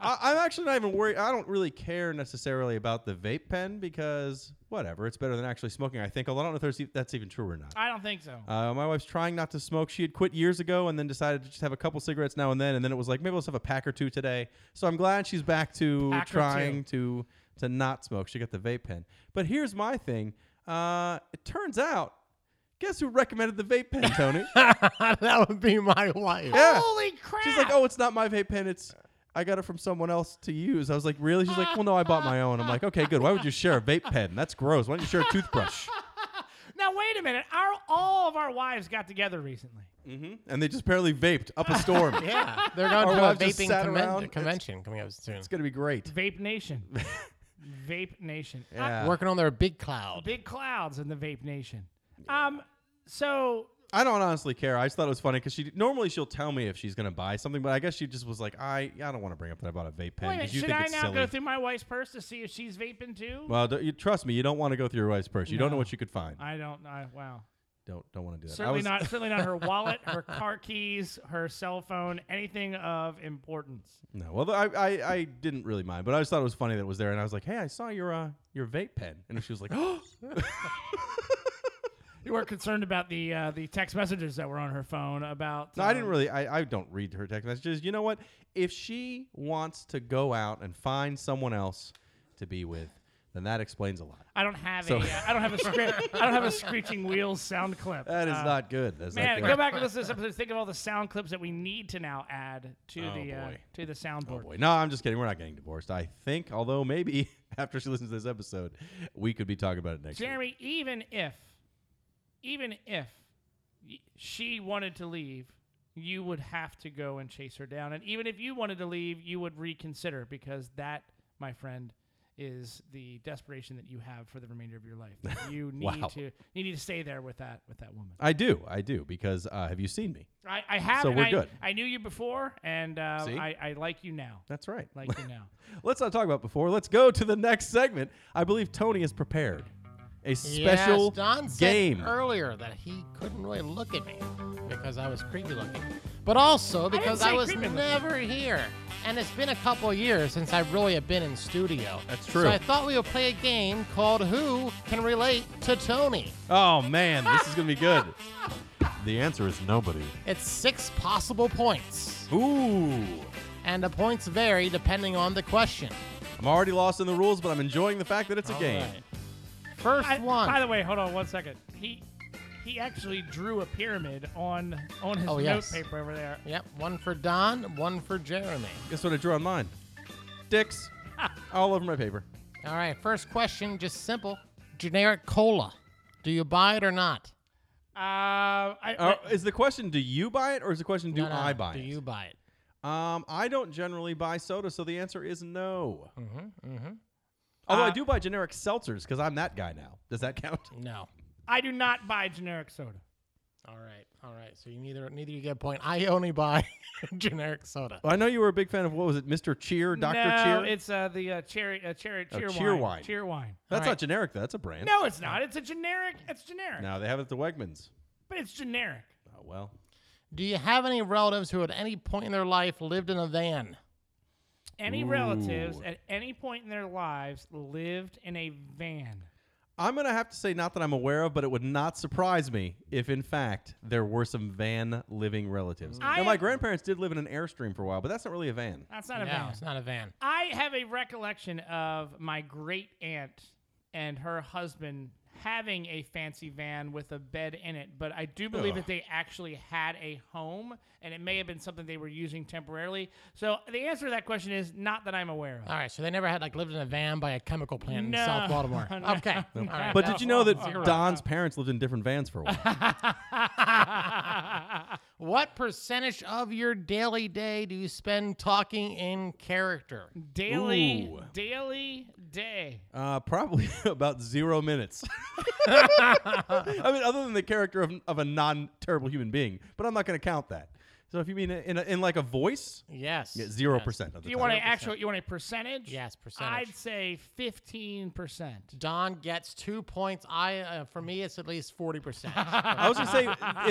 Speaker 2: I, I'm actually not even worried. I don't really care necessarily about the vape pen because whatever, it's better than actually smoking. I think. Although I don't know if there's e- that's even true or not.
Speaker 1: don't think so.
Speaker 2: Uh, my wife's trying not to smoke. She had quit years ago and then decided to just have a couple cigarettes now and then. And then it was like maybe let's have a pack or two today. So I'm glad she's back to
Speaker 1: Pack or
Speaker 2: trying to to not smoke. She got the vape pen. But here's my thing. Uh, it turns out, guess who recommended the vape pen, Tony?
Speaker 3: that would be my wife.
Speaker 2: <laughs> Yeah.
Speaker 1: Holy crap.
Speaker 2: She's like, oh, it's not my vape pen. It's I got it from someone else to use. I was like, really? She's like, well, no, I bought my own. I'm like, okay, good. Why would you share a vape pen? That's gross. Why don't you share a toothbrush?
Speaker 1: Now, wait a minute. Our, all of our wives got together recently.
Speaker 2: hmm And they just apparently vaped up
Speaker 1: <laughs>
Speaker 2: a storm. It's
Speaker 3: Yeah. They're going
Speaker 2: Our
Speaker 3: to a
Speaker 2: wives just
Speaker 3: vaping
Speaker 2: sat
Speaker 3: conven-
Speaker 2: around. It's-
Speaker 3: convention coming up soon.
Speaker 2: gonna be great.
Speaker 1: Vape <laughs> Nation. vape Nation. I-
Speaker 2: Yeah.
Speaker 3: Working on their big cloud.
Speaker 1: big clouds in the Vape Nation. Um, so.
Speaker 2: I don't honestly care. I just thought it was funny because she normally she'll tell me if she's gonna buy something, but I guess she just was like, I I don't want to bring up that I bought a vape
Speaker 1: Wait a
Speaker 2: pen
Speaker 1: minute,
Speaker 2: because you
Speaker 1: should
Speaker 2: think
Speaker 1: I
Speaker 2: it's
Speaker 1: now
Speaker 2: silly.
Speaker 1: go through my wife's purse to see if she's vaping too?
Speaker 2: well, don't- you, trust me, you don't want to go through your wife's purse. You don't know
Speaker 1: No.
Speaker 2: what you could find.
Speaker 1: I don't. I, wow.
Speaker 2: don't don't want to do that. I
Speaker 1: Certainly
Speaker 2: was-
Speaker 1: not. Certainly not <laughs> her wallet, her car keys, her cell phone, anything of importance.
Speaker 2: No, well, I, I I didn't really mind, but I just thought it was funny that it was there, and I was like, hey, I saw your uh your vape pen, and she was like,
Speaker 1: <gasps>
Speaker 2: oh,
Speaker 1: You were concerned about the uh, the text messages that were on her phone about.
Speaker 2: no, I didn't
Speaker 1: um,
Speaker 2: really. I I don't read her text messages. You know what? If she wants to go out and find someone else to be with, then that explains a lot.
Speaker 1: I don't have
Speaker 2: So-
Speaker 1: a. Uh, I don't have a script. I don't have a screeching wheels sound clip.
Speaker 2: That is
Speaker 1: Uh,
Speaker 2: not good. That's
Speaker 1: Man,
Speaker 2: not good.
Speaker 1: go back and listen to this episode. Think of all the sound clips that we need to now add to
Speaker 2: Oh,
Speaker 1: the uh,
Speaker 2: boy.
Speaker 1: to the
Speaker 2: Oh
Speaker 1: soundboard.
Speaker 2: boy. No, I'm just kidding. We're not getting divorced. I think, although maybe <laughs> after she listens to this episode, we could be talking about it next year.
Speaker 1: Jeremy, even if, even if y- she wanted to leave, you would have to go and chase her down. And even if you wanted to leave, you would reconsider because that, my friend, is the desperation that you have for the remainder of your
Speaker 2: <laughs>
Speaker 1: life. That You need
Speaker 2: Wow.
Speaker 1: to you need to stay there with that with that woman.
Speaker 2: I do, I do, because uh, have you seen me?
Speaker 1: I, I have
Speaker 2: So
Speaker 1: and
Speaker 2: we're
Speaker 1: I,
Speaker 2: good.
Speaker 1: I knew you before and uh,
Speaker 2: See?
Speaker 1: I, I like you now.
Speaker 2: That's right.
Speaker 1: Like you now.
Speaker 2: Let's not talk about before. Let's go to the next segment. I believe Tony is prepared. A special
Speaker 3: yes, Don said
Speaker 2: game.
Speaker 3: earlier that he couldn't really look at me because I was creepy looking, but also
Speaker 1: didn't
Speaker 3: because
Speaker 1: say
Speaker 3: I, was
Speaker 1: creepy looking.
Speaker 3: never here. And it's been a couple of years since I really have been in studio.
Speaker 2: That's
Speaker 3: So
Speaker 2: true.
Speaker 3: I thought we would play a game called Who Can Relate to Tony.
Speaker 2: Oh man, this is gonna be good. the answer is nobody.
Speaker 3: It's six possible points,
Speaker 2: Ooh.
Speaker 3: and the points vary depending on the question.
Speaker 2: I'm already lost in the rules, but I'm enjoying the fact that it's a
Speaker 3: All
Speaker 2: game.
Speaker 3: right. First
Speaker 1: I-
Speaker 3: one.
Speaker 1: By the way, hold on one second. He he actually drew a pyramid on on his
Speaker 3: Oh,
Speaker 1: note
Speaker 3: yes.
Speaker 1: paper over there.
Speaker 3: Yep, one for Don, one for Jeremy.
Speaker 2: Guess what I drew on mine?
Speaker 3: <laughs>
Speaker 2: Dicks. All over my paper.
Speaker 3: All right, first question, just simple. Generic cola. Do you buy it or not?
Speaker 1: Uh, I,
Speaker 2: Uh, is the question do you buy it or is the question do
Speaker 3: No, no,
Speaker 2: I buy
Speaker 3: do
Speaker 2: it?
Speaker 3: you buy it?
Speaker 2: Um, I don't generally buy soda, so the answer is no. Mm-hmm, mm-hmm. Although I
Speaker 1: Uh,
Speaker 2: do buy generic seltzers because I'm that guy now. Does that count?
Speaker 3: No.
Speaker 1: I do not buy generic soda.
Speaker 3: All right, all right. So you neither neither you get a point. I only buy <laughs> generic soda.
Speaker 2: Well, I know you were a big fan of what was it, Mr. Cheer, Dr.
Speaker 1: no,
Speaker 2: Cheer?
Speaker 1: it's uh, the uh, cherry, uh, cherry,
Speaker 2: Oh,
Speaker 1: cheer,
Speaker 2: cheer
Speaker 1: wine.
Speaker 2: wine.
Speaker 1: Cheer wine.
Speaker 2: That's
Speaker 3: All
Speaker 2: not
Speaker 3: right.
Speaker 2: generic, though. That's a brand.
Speaker 1: No, it's not. It's a generic. It's generic.
Speaker 2: No, they have it at the Wegmans.
Speaker 1: But it's generic.
Speaker 2: Oh, well.
Speaker 3: Do you have any relatives who at any point in their life lived in a van?
Speaker 1: Any relatives at any point in their lives lived in a van.
Speaker 2: I'm going to have to say, not that I'm aware of, but it would not surprise me if, in fact, there were some van living relatives.
Speaker 1: I Uh,
Speaker 2: now, my
Speaker 1: am-
Speaker 2: grandparents did live in an Airstream for a while, but that's not really a van.
Speaker 1: That's not a
Speaker 3: no,
Speaker 1: van.
Speaker 3: it's not a van.
Speaker 1: I have a recollection of my great aunt and her husband having a fancy van with a bed in it, but I do believe
Speaker 2: Ugh.
Speaker 1: that they actually had a home and it may have been something they were using temporarily. So the answer to that question is not that I'm aware of.
Speaker 3: All right, so they never had like lived in a van by a chemical plant
Speaker 1: No.
Speaker 3: in South Baltimore.
Speaker 1: <laughs> No.
Speaker 3: Okay. All right.
Speaker 2: But did you know that
Speaker 1: Zero.
Speaker 2: Don's parents lived in different vans for a
Speaker 1: <laughs>
Speaker 2: while? Ah.
Speaker 3: What percentage of your daily day do you spend talking in character?
Speaker 1: daily
Speaker 2: Ooh.
Speaker 1: daily day.
Speaker 2: uh, probably <laughs> about zero
Speaker 1: <laughs>
Speaker 2: minutes. <laughs> I mean, other than the character of, of a non terrible human being, but I'm not going to count that. So if you mean in, a, in like a voice,
Speaker 3: Yes.
Speaker 2: yeah, zero
Speaker 3: yes.
Speaker 2: percent of the
Speaker 1: Do you
Speaker 2: time.
Speaker 1: want an actual you want a percentage?
Speaker 3: Yes,
Speaker 1: I'd
Speaker 3: percentage.
Speaker 1: say 15%.
Speaker 3: Don gets two points. I, uh, for me, it's at least
Speaker 2: <laughs>
Speaker 3: forty percent.
Speaker 2: I was going to say,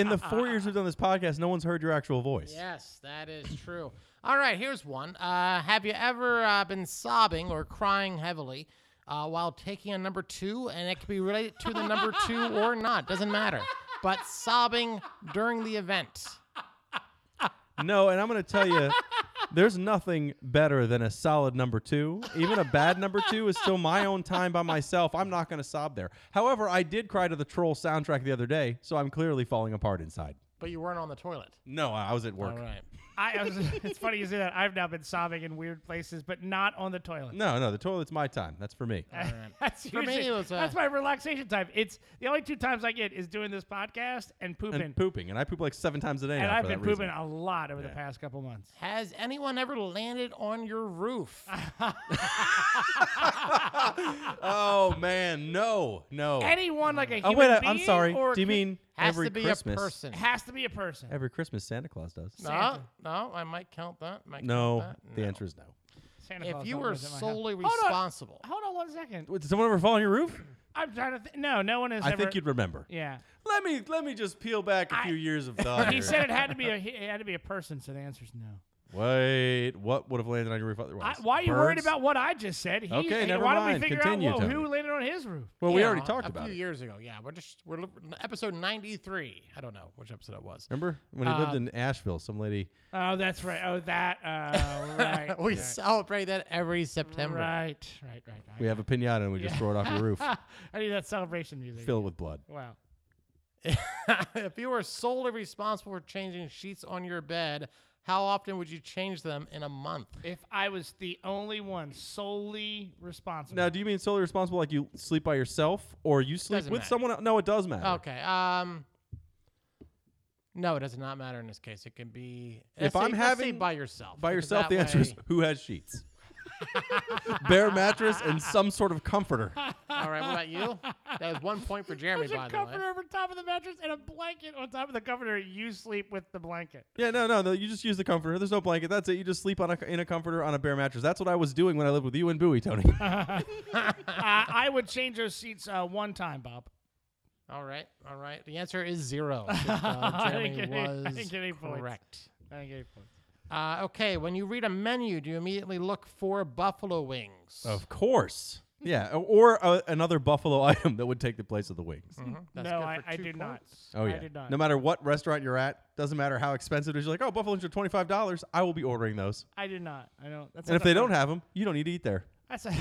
Speaker 1: <laughs>
Speaker 2: in the four years we've done this podcast, no one's heard your actual voice.
Speaker 3: yes, that is true. All right, here's one. Uh, have you ever uh, been sobbing or crying heavily uh, while taking a number two, and it can be related to the number
Speaker 2: <laughs>
Speaker 3: two or not? Doesn't matter. But sobbing during the event.
Speaker 2: No, and I'm going to tell you,
Speaker 1: <laughs>
Speaker 2: there's nothing better than a solid number two. Even a bad number two is still my own time by myself. I'm not going to sob there. However, I did cry to the Troll soundtrack the other day, so I'm clearly falling apart inside.
Speaker 3: But you weren't on the toilet.
Speaker 2: No, I I was at work.
Speaker 3: All right.
Speaker 1: I, I was, <laughs> it's funny you say that. I've now been sobbing in weird places, but not on the toilet.
Speaker 2: No, no, the toilet's my time. That's
Speaker 1: <laughs>
Speaker 2: for me.
Speaker 1: That's
Speaker 3: For me,
Speaker 1: usually-
Speaker 3: it was, uh,
Speaker 1: that's my relaxation time. It's the only two times I get is doing this podcast and pooping.
Speaker 2: And pooping, and I poop like seven times a day.
Speaker 1: And
Speaker 2: now
Speaker 1: I've
Speaker 2: for
Speaker 1: been
Speaker 2: that reason.
Speaker 1: pooping a lot over the past couple months.
Speaker 3: Has anyone ever landed on your
Speaker 2: <laughs>
Speaker 3: roof?
Speaker 2: Oh man, no, no.
Speaker 1: Anyone like a
Speaker 2: oh
Speaker 1: human
Speaker 2: wait, I,
Speaker 1: being
Speaker 2: I'm sorry.
Speaker 1: or
Speaker 2: Do you
Speaker 1: could-
Speaker 2: mean
Speaker 3: Has
Speaker 2: every
Speaker 3: to be
Speaker 2: Christmas?
Speaker 3: a person.
Speaker 1: it has to be a person?
Speaker 2: Every Christmas, Santa Claus does.
Speaker 3: No,
Speaker 1: Santa.
Speaker 3: no, I might count that. Might count
Speaker 2: No,
Speaker 3: that.
Speaker 2: the
Speaker 3: No.
Speaker 2: answer is no.
Speaker 1: Santa
Speaker 3: If
Speaker 1: Claus
Speaker 3: you
Speaker 1: don't
Speaker 3: were
Speaker 1: visit my house.
Speaker 3: solely
Speaker 1: Hold on.
Speaker 3: responsible,
Speaker 1: Hold on one second.
Speaker 2: Wait, Did someone ever fall on your roof?
Speaker 1: I'm trying to. Th- no, no one has
Speaker 2: I
Speaker 1: ever.
Speaker 2: think you'd remember. <laughs>
Speaker 1: Yeah,
Speaker 2: Let me let me just peel back a
Speaker 1: I-
Speaker 2: few years of
Speaker 1: <laughs>
Speaker 2: thought.
Speaker 1: he
Speaker 2: here.
Speaker 1: said it had to
Speaker 2: <laughs>
Speaker 1: be a he- it had to be a person, so the answer's no.
Speaker 2: "Wait, what would have landed on your roof
Speaker 1: I,
Speaker 2: otherwise?
Speaker 1: why are you worried
Speaker 2: Birds?
Speaker 1: about what I just said? He,
Speaker 2: Okay,
Speaker 1: hey,
Speaker 2: never
Speaker 1: why don't
Speaker 2: mind.
Speaker 1: we figure
Speaker 2: Continue,
Speaker 1: out wh-
Speaker 2: Tony.
Speaker 1: who landed on his roof?
Speaker 2: Well, we
Speaker 3: Yeah,
Speaker 2: already talked
Speaker 3: a
Speaker 2: about
Speaker 3: few
Speaker 2: it.
Speaker 3: years ago. Yeah, we're just we're li- episode ninety three. I don't know which episode it was.
Speaker 2: Remember when he
Speaker 1: Uh,
Speaker 2: lived in Asheville? Some lady.
Speaker 1: Oh, that's right. Oh, that. <laughs> Uh, right.
Speaker 3: <laughs> we
Speaker 1: right.
Speaker 3: celebrate that every September.
Speaker 1: Right, right, right. right.
Speaker 2: We have a pinata and we just throw it off your
Speaker 1: <laughs>
Speaker 2: roof,
Speaker 1: I need that celebration music.
Speaker 2: fill it with blood.
Speaker 1: Wow.
Speaker 3: <laughs> if you were solely responsible for changing sheets on your bed, how often would you change them in a month?
Speaker 1: If I was the only one solely responsible.
Speaker 2: Now, do you mean solely responsible, like you sleep by yourself, or you sleep
Speaker 3: Doesn't
Speaker 2: with
Speaker 3: matter.
Speaker 2: someone? Else? No, it does matter.
Speaker 3: Okay. Um. No, it does not matter in this case. It can be
Speaker 2: If
Speaker 3: let's say-
Speaker 2: I'm
Speaker 3: let's say
Speaker 2: having-
Speaker 3: by yourself.
Speaker 2: By
Speaker 3: because
Speaker 2: yourself,
Speaker 3: that
Speaker 2: the answer is
Speaker 3: way-
Speaker 2: who has
Speaker 1: <laughs>
Speaker 2: sheets? Bare mattress and some sort of comforter.
Speaker 3: <laughs> All right, what about you? That was one point <laughs> for Jeremy,
Speaker 1: There's a
Speaker 3: by the way.
Speaker 1: comforter over top of the mattress and a blanket on top of the comforter. You sleep with the
Speaker 3: <laughs>
Speaker 1: blanket.
Speaker 2: Yeah, no, no, no. You just use the comforter. There's no blanket. That's it. You just sleep on a, in a comforter on a bare mattress. That's what I was doing when I lived with you and Bowie, Tony.
Speaker 1: uh, I would change those seats uh, one time, Bob.
Speaker 3: All right, all right. The answer
Speaker 1: <laughs>
Speaker 3: is zero. Uh,
Speaker 1: I didn't
Speaker 3: Jeremy
Speaker 1: get any- I
Speaker 3: was
Speaker 1: didn't get any points.
Speaker 3: correct.
Speaker 1: I gave points.
Speaker 3: Uh, okay, when you read a menu, do you immediately look for buffalo wings?
Speaker 2: of course. Yeah, o- or uh, another buffalo <laughs> item that would take the place of the wings.
Speaker 3: Mhm, that's
Speaker 1: no,
Speaker 3: good
Speaker 1: I,
Speaker 3: for
Speaker 1: I
Speaker 3: two
Speaker 1: did not.
Speaker 3: points.
Speaker 2: Oh yeah.
Speaker 1: I did not.
Speaker 2: No matter what restaurant you're at, doesn't matter how expensive it is. You're like, oh, buffalo wings are twenty five dollars. I will be ordering those.
Speaker 1: I did not. I don't. That's
Speaker 2: And
Speaker 1: not
Speaker 2: if they
Speaker 1: that
Speaker 2: don't
Speaker 1: funny.
Speaker 2: have them, you don't need to eat there.
Speaker 1: that's a, <laughs>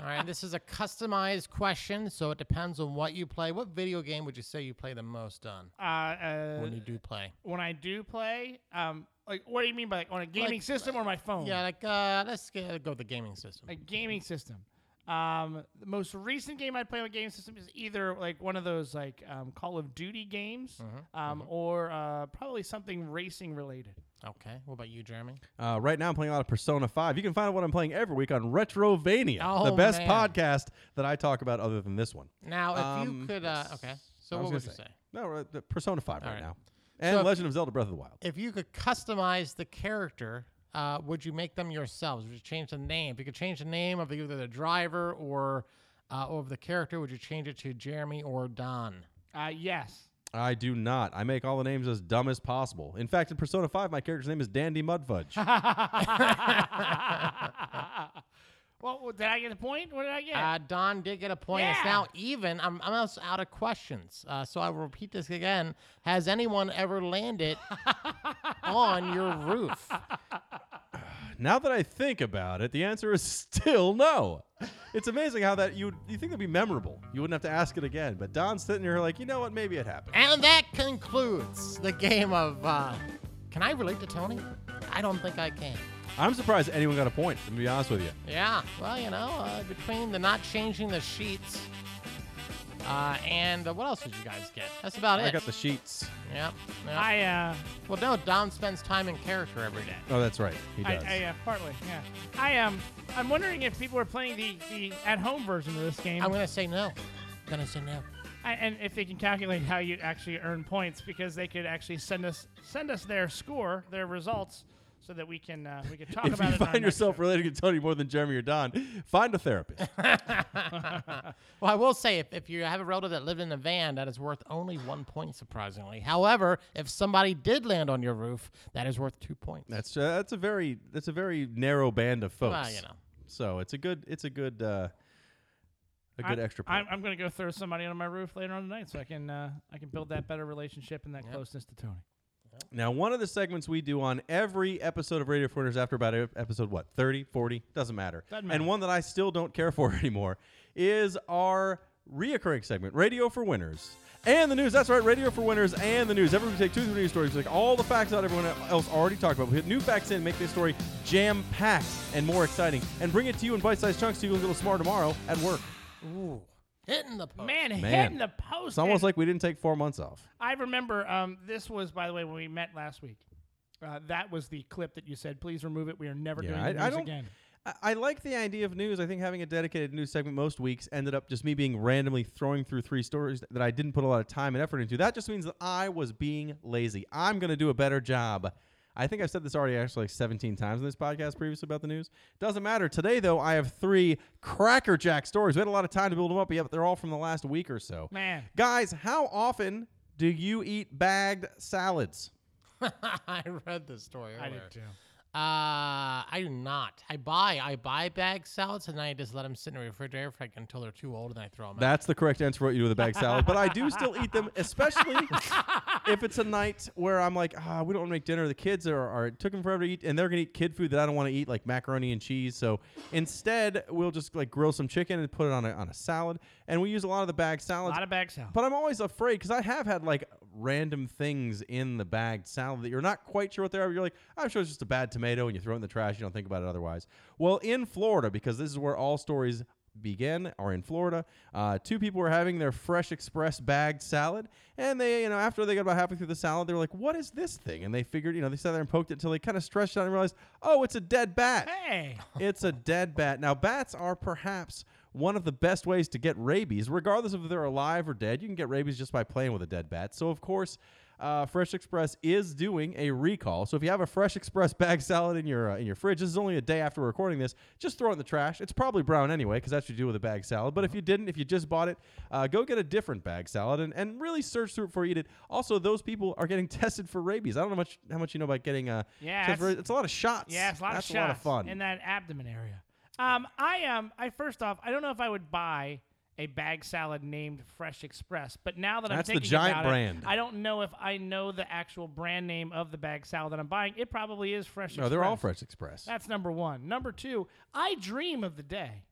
Speaker 3: All right, this is a customized question, so it depends on what you play. What video game would you say you play the most on
Speaker 1: uh, uh,
Speaker 3: when you do play?
Speaker 1: when I do play, um, like what do you mean by like on a gaming
Speaker 3: Like,
Speaker 1: system or my
Speaker 2: Oh.
Speaker 1: phone?
Speaker 3: Yeah, like uh, let's get, go with the gaming system.
Speaker 1: a gaming system. Um, the most recent game I play on a gaming system is either like one of those like um, Call of Duty games, um, or uh, probably something racing related.
Speaker 3: Okay, what about you, Jeremy?
Speaker 2: Uh, right now, I'm playing a lot of Persona 5. You can find out what I'm playing every week on Retrovania,
Speaker 3: Oh,
Speaker 2: the best
Speaker 3: man.
Speaker 2: podcast that I talk about other than this one.
Speaker 3: Now, if
Speaker 2: Um,
Speaker 3: you could, uh, okay. So
Speaker 2: I was
Speaker 3: what would you
Speaker 2: gonna
Speaker 3: say?
Speaker 2: No, uh, the Persona 5 right,
Speaker 3: right.
Speaker 2: now. And
Speaker 3: So if-
Speaker 2: Legend of Zelda Breath of the Wild.
Speaker 3: If you could customize the character, uh, would you make them yourselves? Would you change the name? If you could change the name of either the driver or uh, of the character, would you change it to Jeremy or Don?
Speaker 1: Uh, yes. <laughs>
Speaker 2: I do not. I make all the names as dumb as possible. In fact, in Persona 5, my character's name is
Speaker 1: <laughs>
Speaker 2: Dandy Mudfudge.
Speaker 1: well, did I get the point? What did I get?
Speaker 3: Uh, Don did get a point. It's
Speaker 1: Yeah.
Speaker 3: now even. I'm, I'm also out of questions. Uh, so I will repeat this again. Has anyone ever landed on your roof?
Speaker 2: now that I think about it, the answer is still no. It's amazing how that you would you think that'd be memorable. You wouldn't have to ask it again. But Don's sitting here like, you know what? Maybe it happened.
Speaker 3: And that concludes the game of. Uh, can I relate to Tony? I don't think I can.
Speaker 2: I'm surprised anyone got a point. To be honest with you.
Speaker 3: Yeah, well, you know, uh, between the not changing the sheets uh, and uh, what else did you guys get? That's about
Speaker 2: I
Speaker 3: it.
Speaker 2: got the sheets.
Speaker 3: yep. yep.
Speaker 1: I uh,
Speaker 3: well, no, Don spends time in character every day.
Speaker 2: Oh, that's right. He
Speaker 1: I,
Speaker 2: does.
Speaker 1: I uh, partly, yeah. I am. Um, I'm wondering if people are playing the, the at home version of this game,
Speaker 3: I'm going to say no. going to say no.
Speaker 1: I, and if they can calculate how you actually earn points, because they could actually send us send us their score, their results, so that we can uh, we can talk
Speaker 2: if
Speaker 1: about it. on
Speaker 2: you
Speaker 1: our
Speaker 2: find
Speaker 1: next
Speaker 2: yourself
Speaker 1: show.
Speaker 2: relating to Tony more than Jeremy or Don, find
Speaker 1: <laughs>
Speaker 2: a therapist.
Speaker 3: Well, I will say if, if you have a relative that lived in a van, that is worth only one point, surprisingly. However, if somebody did land on your roof, that is worth two points.
Speaker 2: that's uh, that's a very that's a very narrow band of folks.
Speaker 3: Well, you know.
Speaker 2: So it's a good it's a good uh, a
Speaker 1: I'm-
Speaker 2: good extra point.
Speaker 1: I'm, I'm going to go throw somebody on my roof later on tonight, so I can uh, I can build that better relationship and that closeness to Tony.
Speaker 2: now, one of the segments we do on every episode of Radio Foreigners after about e- episode what 30, 40, doesn't matter.
Speaker 1: Doesn't
Speaker 2: And
Speaker 1: matter.
Speaker 2: one that I still don't care for <laughs> anymore is our reoccurring segment, Radio for Winners. And the news, that's right, Radio for Winners and the news. Everybody take two, three news stories, take all the facts out everyone else already talked about. We hit new facts in, make this story jam packed and more exciting, and bring it to you in bite sized chunks so you can get a little smarter tomorrow at work.
Speaker 3: Ooh, hitting the post.
Speaker 1: Man,
Speaker 2: Man.
Speaker 1: hitting the post.
Speaker 2: It's almost
Speaker 1: and
Speaker 2: like we didn't take four months off.
Speaker 1: I remember. Um, this was by the way when we met last week. Uh, that was the clip that you said. Please remove it. We are never doing
Speaker 2: I-
Speaker 1: the
Speaker 2: I
Speaker 1: news
Speaker 2: don't-
Speaker 1: again.
Speaker 2: I- I like the idea of news. I think having a dedicated news segment most weeks ended up just me being randomly throwing through three stories that I didn't put a lot of time and effort into. That just means that I was being lazy. I'm going to do a better job. I think I've said this already actually like 17 times in this podcast previously about the news. Doesn't matter. Today, though, I have three crackerjack stories. We had a lot of time to build them up, yet they're all from the last week or so.
Speaker 1: Man.
Speaker 2: Guys, how often do you eat bagged salads?
Speaker 3: <laughs> I read this story.
Speaker 1: I
Speaker 3: earlier.
Speaker 1: did too.
Speaker 3: Uh, I do not. I buy I buy bag salads and then I just let them sit in the refrigerator for like until they're too old and I throw them out.
Speaker 2: That's the correct answer for what you do with a bag salad. But I do still eat them, especially
Speaker 1: <laughs>
Speaker 2: if it's a night where I'm like, ah, we don't want to make dinner. The kids are, are it took them forever to eat, and they're gonna eat kid food that I don't want to eat, like macaroni and cheese. So instead, we'll just like grill some chicken and put it on a, on a salad. And we use a lot of the bag
Speaker 1: A
Speaker 2: salads.
Speaker 1: lot of bag salad.
Speaker 2: But I'm always afraid because I have had like random things in the bagged salad that you're not quite sure what they are. but You're like, I'm sure it's just a bad tomato, and you throw it in the trash. You don't think about it otherwise. Well, in Florida, because this is where all stories Begin are in Florida. Uh, two people were having their Fresh Express bagged salad, and they, you know, after they got about halfway through the salad, they were like, "What is this thing?" And they figured, you know, they sat there and poked it until they kind of stretched out and realized, "Oh, it's a dead bat."
Speaker 1: Hey.
Speaker 2: it's a dead bat. Now, bats are perhaps one of the best ways to get rabies, regardless of if they're alive or dead. You can get rabies just by playing with a dead bat. So, of course, uh, Fresh Express is doing a recall. So, if you have a Fresh Express <laughs> bag salad in your uh, in your fridge, this is only a day after we're recording this. Just throw it in the trash. It's probably brown anyway, because that's what you do with a bag salad.
Speaker 1: Uh-huh.
Speaker 2: But if you didn't, if you just bought it, uh, go get a different bag salad and, and really search through it before you eat it. Also, those people are getting <laughs> tested for rabies. I don't know much how much you know about getting uh
Speaker 1: Yeah,
Speaker 2: tested for-
Speaker 1: that's-
Speaker 2: it's a lot of shots.
Speaker 1: Yeah, it's a lot
Speaker 2: that's
Speaker 1: of shots
Speaker 2: a lot of fun.
Speaker 1: in that abdomen area. Um, I Um, I first off, I don't know if I would buy a bag salad named Fresh Express, but now that
Speaker 2: That's the
Speaker 1: I'm thinking
Speaker 2: giant
Speaker 1: about it,
Speaker 2: brand.
Speaker 1: I don't know if I know the actual brand name of the bag salad that I'm buying. It probably is Fresh.
Speaker 2: No,
Speaker 1: Express.
Speaker 2: they're all Fresh Express.
Speaker 1: That's number one. Number two, I dream of the day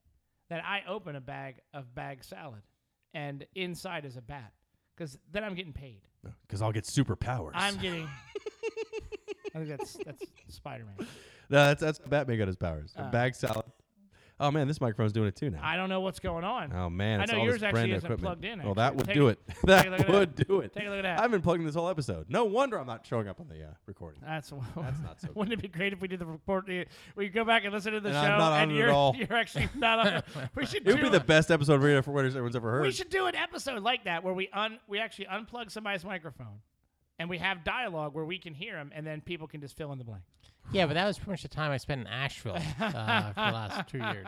Speaker 1: that I open a bag of bag salad, and inside is a bat, because then I'm getting paid.
Speaker 2: Because I'll get superpowers.
Speaker 1: I'm getting. I think that's that's Spider Man.
Speaker 2: no, <laughs> that's that's Batman got his powers. A
Speaker 1: Uh.
Speaker 2: bag salad. Oh man, this microphone's doing it too now.
Speaker 1: I don't know what's going on.
Speaker 2: oh man,
Speaker 1: I
Speaker 2: it's
Speaker 1: know
Speaker 2: all
Speaker 1: yours
Speaker 2: this
Speaker 1: actually
Speaker 2: brand new
Speaker 1: isn't
Speaker 2: equipment.
Speaker 1: plugged in,
Speaker 2: Well, that
Speaker 1: actually.
Speaker 2: would
Speaker 1: Take
Speaker 2: do
Speaker 1: a-
Speaker 2: it. <laughs>
Speaker 1: a
Speaker 2: that
Speaker 1: look at
Speaker 2: would
Speaker 1: that.
Speaker 2: do it.
Speaker 1: Take a look at that.
Speaker 2: I've been plugging this whole episode. No wonder I'm not showing up on the uh, recording.
Speaker 1: That's
Speaker 2: That's
Speaker 1: <laughs>
Speaker 2: not so good.
Speaker 1: Wouldn't it be great if we did the report? the- We go back and listen to the
Speaker 2: And
Speaker 1: show,
Speaker 2: I'm not on
Speaker 1: and
Speaker 2: it at
Speaker 1: you're
Speaker 2: all.
Speaker 1: you're actually not on.
Speaker 2: <laughs>
Speaker 1: it. We should
Speaker 2: It would
Speaker 1: do
Speaker 2: be the best episode of Radio for Winners everyone's ever heard.
Speaker 1: We should do an episode like that where we un we actually unplug somebody's microphone, and we have dialogue where we can hear them, and then people can just fill in the blank.
Speaker 3: Yeah, but that was pretty much the time I spent in Asheville uh, for the last two <laughs> years.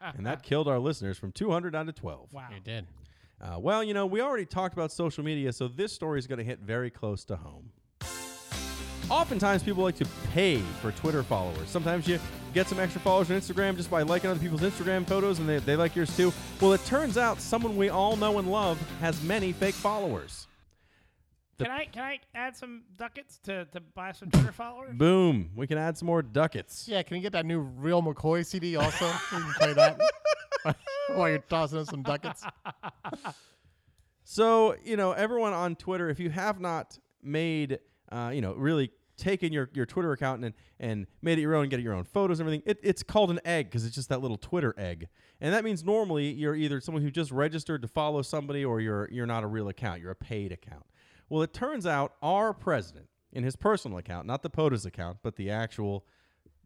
Speaker 2: and that killed our listeners from 200 down to 12.
Speaker 1: Wow.
Speaker 3: You did.
Speaker 2: Uh, well, you know, we already talked about social media, so this story is going to hit very close to home. Oftentimes, people like to pay for Twitter followers. Sometimes you get some extra followers on Instagram just by liking other people's Instagram photos, and they, they like yours too. Well, it turns out someone we all know and love has many fake followers. The-
Speaker 1: Can I can I add some ducats to, to buy some Twitter
Speaker 2: <laughs>
Speaker 1: followers?
Speaker 2: Boom. We can add some more ducats.
Speaker 3: Yeah, can you get that new Real McCoy CD also? you can play that <laughs> while you're tossing us some ducats.
Speaker 2: So, you know, everyone on Twitter, if you have not made, uh, you know, really taken your, your Twitter account and, and made it your own, get your own photos and everything, it, it's called an egg because it's just that little Twitter egg. And that means normally you're either someone who just registered to follow somebody or you're, you're not a real account, you're a paid account. Well, it turns out our president, in his personal account, not the POTUS account, but the actual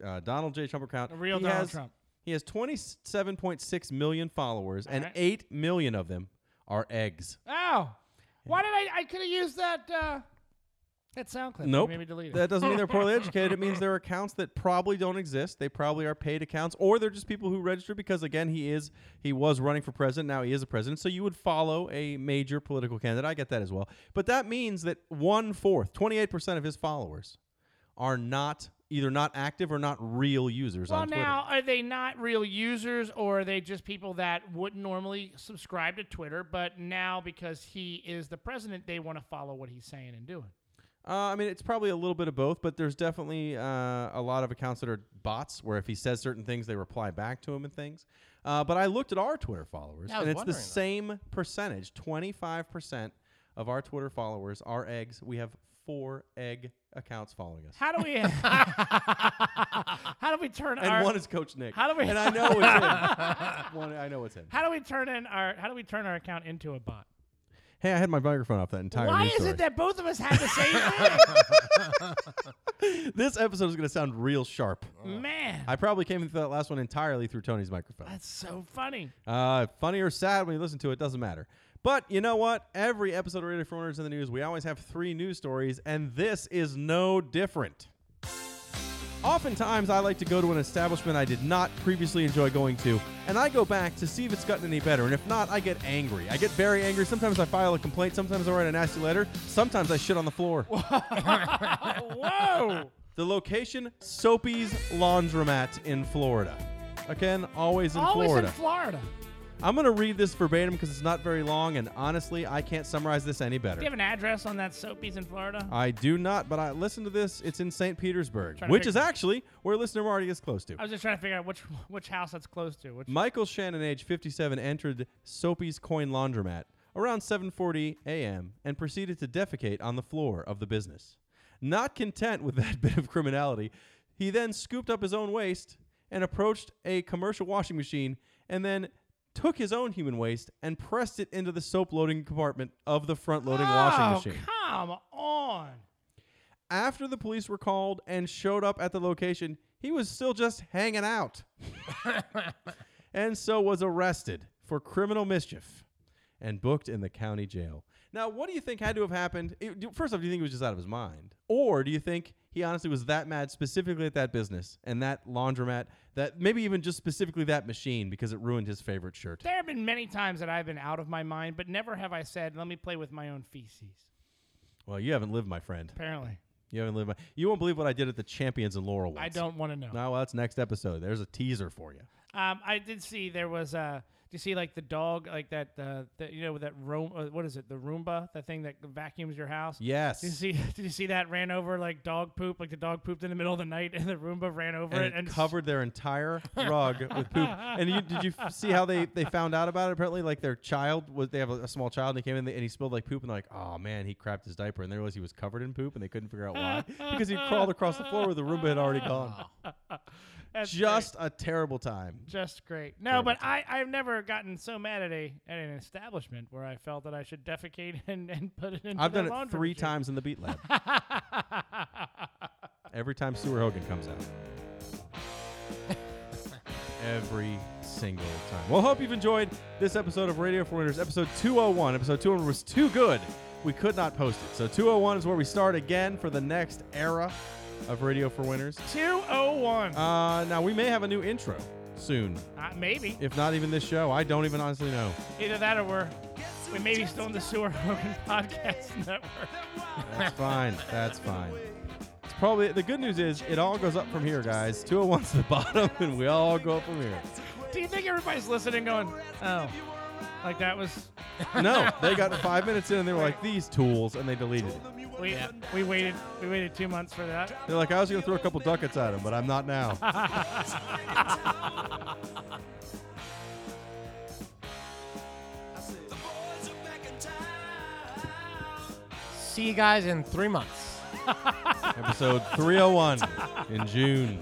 Speaker 2: uh, Donald J. Trump account,
Speaker 1: The real
Speaker 2: he
Speaker 1: Donald
Speaker 2: has-
Speaker 1: Trump.
Speaker 2: he has 27.6 million followers, and
Speaker 1: right.
Speaker 2: 8 million of them are eggs.
Speaker 1: Oh, why did I? I could have used that uh, that sound clip.
Speaker 2: Nope.
Speaker 1: Maybe delete it.
Speaker 2: That doesn't mean
Speaker 1: <laughs>
Speaker 2: they're poorly educated. It means they're accounts that probably don't exist. They probably are paid accounts, or they're just people who register because again, he is he was running for president. Now he is a president, so you would follow a major political candidate. I get that as well. But that means that one fourth, twenty eight percent of his followers, are not either not active or not real users
Speaker 1: Well,
Speaker 2: on Twitter.
Speaker 1: now are they not real users, or are they just people that wouldn't normally subscribe to Twitter, but now because he is the president, they want to follow what he's saying and doing?
Speaker 2: Uh, I mean, it's probably a little bit of both, but there's definitely uh, a lot of accounts that are bots where if he says certain things, they reply back to him and things. Uh, but I looked at our Twitter followers,
Speaker 3: Yeah, I was
Speaker 2: and it's the
Speaker 3: wondering that.
Speaker 2: same percentage 25% of our Twitter followers are eggs. We have four egg accounts following us.
Speaker 1: How do we? <laughs> how do we turn
Speaker 2: And
Speaker 1: our?
Speaker 2: one is Coach Nick.
Speaker 1: how do we- <laughs>
Speaker 2: And I know it's him. One, I know it's him.
Speaker 1: how do we turn in our? How do we turn our account into a bot?
Speaker 2: Hey, I had my microphone off that entire
Speaker 1: Why
Speaker 2: news
Speaker 1: is
Speaker 2: story.
Speaker 1: it that both of us have the
Speaker 2: <laughs>
Speaker 1: same thing?
Speaker 2: this episode is going to sound real sharp.
Speaker 1: Mm. Man,
Speaker 2: I probably came through that last one entirely through Tony's microphone.
Speaker 1: that's so funny.
Speaker 2: Uh, funny or sad when you listen to it doesn't matter. But you know what? Every episode of Radio for Owners in the News, we always have three news stories, and this is no different. Oftentimes, I like to go to an establishment I did not previously enjoy going to, and I go back to see if it's gotten any better. And if not, I get angry. I get very angry. Sometimes I file a complaint. Sometimes I write a nasty letter. Sometimes I shit on the floor.
Speaker 1: Whoa!
Speaker 2: The location: Soapy's Laundromat in Florida. Again, always in
Speaker 1: Always
Speaker 2: Florida.
Speaker 1: in Florida.
Speaker 2: I'm going to read this verbatim because it's not very long, and honestly, I can't summarize this any better.
Speaker 1: Do you have an address on that Soapy's in Florida?
Speaker 2: I do not, but I listen to this. It's in St. Petersburg,
Speaker 1: Trying to
Speaker 2: which
Speaker 1: figure-
Speaker 2: is actually where listener Marty is close to.
Speaker 1: I was just trying to figure out which which house that's close to. Which
Speaker 2: Michael Shannon, age 57, entered Soapy's Coin Laundromat around 7:40 a.m. and proceeded to defecate on the floor of the business. Not content with <laughs> that bit of criminality, he then scooped up his own waste and approached a commercial washing machine and then took his own human waste and pressed it into the soap loading compartment of the front loading washing
Speaker 1: oh,
Speaker 2: machine.
Speaker 1: come on.
Speaker 2: After the police were called and showed up at the location, he was still just
Speaker 1: <laughs>
Speaker 2: hanging out. and so was arrested for criminal mischief and booked in the county jail. Now, what do you think had to have happened? It- do- first off, do you think he was just out of his mind? Or do you think he honestly was that mad specifically at that business and that laundromat, that maybe even just specifically that machine because it ruined his favorite shirt?
Speaker 1: There have been many times that I've been out of my mind, but never have I said, let me play with my own feces.
Speaker 2: Well, you haven't lived, my friend.
Speaker 1: Apparently.
Speaker 2: You haven't lived. My, you won't believe what I did at the Champions in Laurel once.
Speaker 1: I don't want to know.
Speaker 2: No, well, that's next episode. There's a teaser for you.
Speaker 1: Um, I did see there was Uh, do you see like the dog, like that, uh, the, you know, that room? Uh, what is it? The Roomba, that thing that vacuums your house.
Speaker 2: Yes.
Speaker 1: Did you see? <laughs> Did you see that ran over like dog poop? Like the dog pooped in the middle of the night, and the Roomba ran over
Speaker 2: and
Speaker 1: it,
Speaker 2: it
Speaker 1: and s-
Speaker 2: covered their entire rug with poop. And you, did you f- see how they, they found out about it? Apparently, like their child was they have a, a small child and he came in and he spilled like poop and they're like, oh man, he crapped his diaper and they realized he was covered in poop and they couldn't figure out why because he crawled across the floor where the Roomba had already gone.
Speaker 1: <laughs> That's great.
Speaker 2: Just a terrible time.
Speaker 1: just great. No, but I, I've never gotten so mad at a at an establishment where I felt that I should defecate <laughs> and, and put it in.
Speaker 2: I've done it three times in the Beat Lab. Every time Sewer Hogan comes out. Every single time. Well, hope you've enjoyed this episode of Radio for Winners, episode 201. Episode 201 was too good. We could not post it. So 201 is where we start again for the next era of Radio for Winners.
Speaker 1: Two oh one.
Speaker 2: Uh, now, we may have a new intro soon,
Speaker 1: Uh, Maybe
Speaker 2: if not even this show. I don't even honestly know.
Speaker 1: either that or we're we may be still in the sewer Hogan <laughs> podcast network.
Speaker 2: That's fine. That's fine. It's probably the good news is it all goes up from here, guys. 201's the <laughs> bottom, and we all go up from here.
Speaker 1: Do you think everybody's listening going, oh, like that was
Speaker 2: No, they got five minutes in, and they were like, "These tools," and they deleted it.
Speaker 1: we we waited we waited two months for that.
Speaker 2: They're like, "I was gonna throw a couple ducats at him, but I'm not now."
Speaker 3: See you guys in three months.
Speaker 2: Episode 301 in June,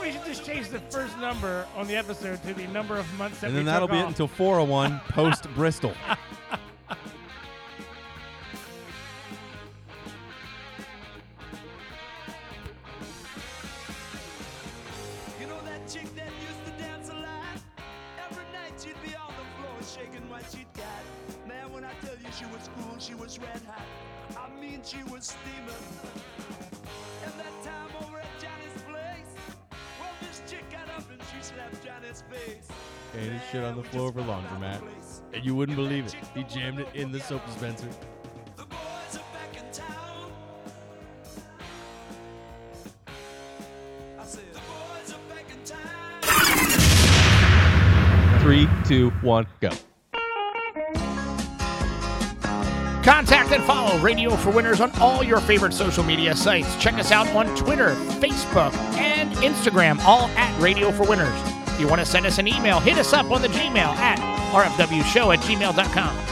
Speaker 1: We should just change the first number on the episode to the number of months that
Speaker 2: and
Speaker 1: we
Speaker 2: then that'll
Speaker 1: took
Speaker 2: be it
Speaker 1: off.
Speaker 2: until 401 post Bristol.
Speaker 6: You know that chick that used to dance a lot? Every night she'd be on the floor shaking what she'd got. Man, when I tell you she was cool, she was red hot. I mean, she was steaming. And that time over at Johnny's place, well, this chick got up and she slapped Johnny's face.
Speaker 2: And he shit on the
Speaker 6: Man, we
Speaker 2: floor
Speaker 6: just
Speaker 2: of a
Speaker 6: fell out of
Speaker 2: laundromat,
Speaker 6: place.
Speaker 2: and you wouldn't believe it. He jammed it in the soap dispenser.
Speaker 6: The boys are back in town. I said, the boys are back in town.
Speaker 2: Three, two, one, go.
Speaker 7: Contact and follow Radio for Winners on all your favorite social media sites. Check us out on Twitter, Facebook, and Instagram, all at Radio for Winners. If you want to send us an email, hit us up on the Gmail at rfwshow at gmail.com.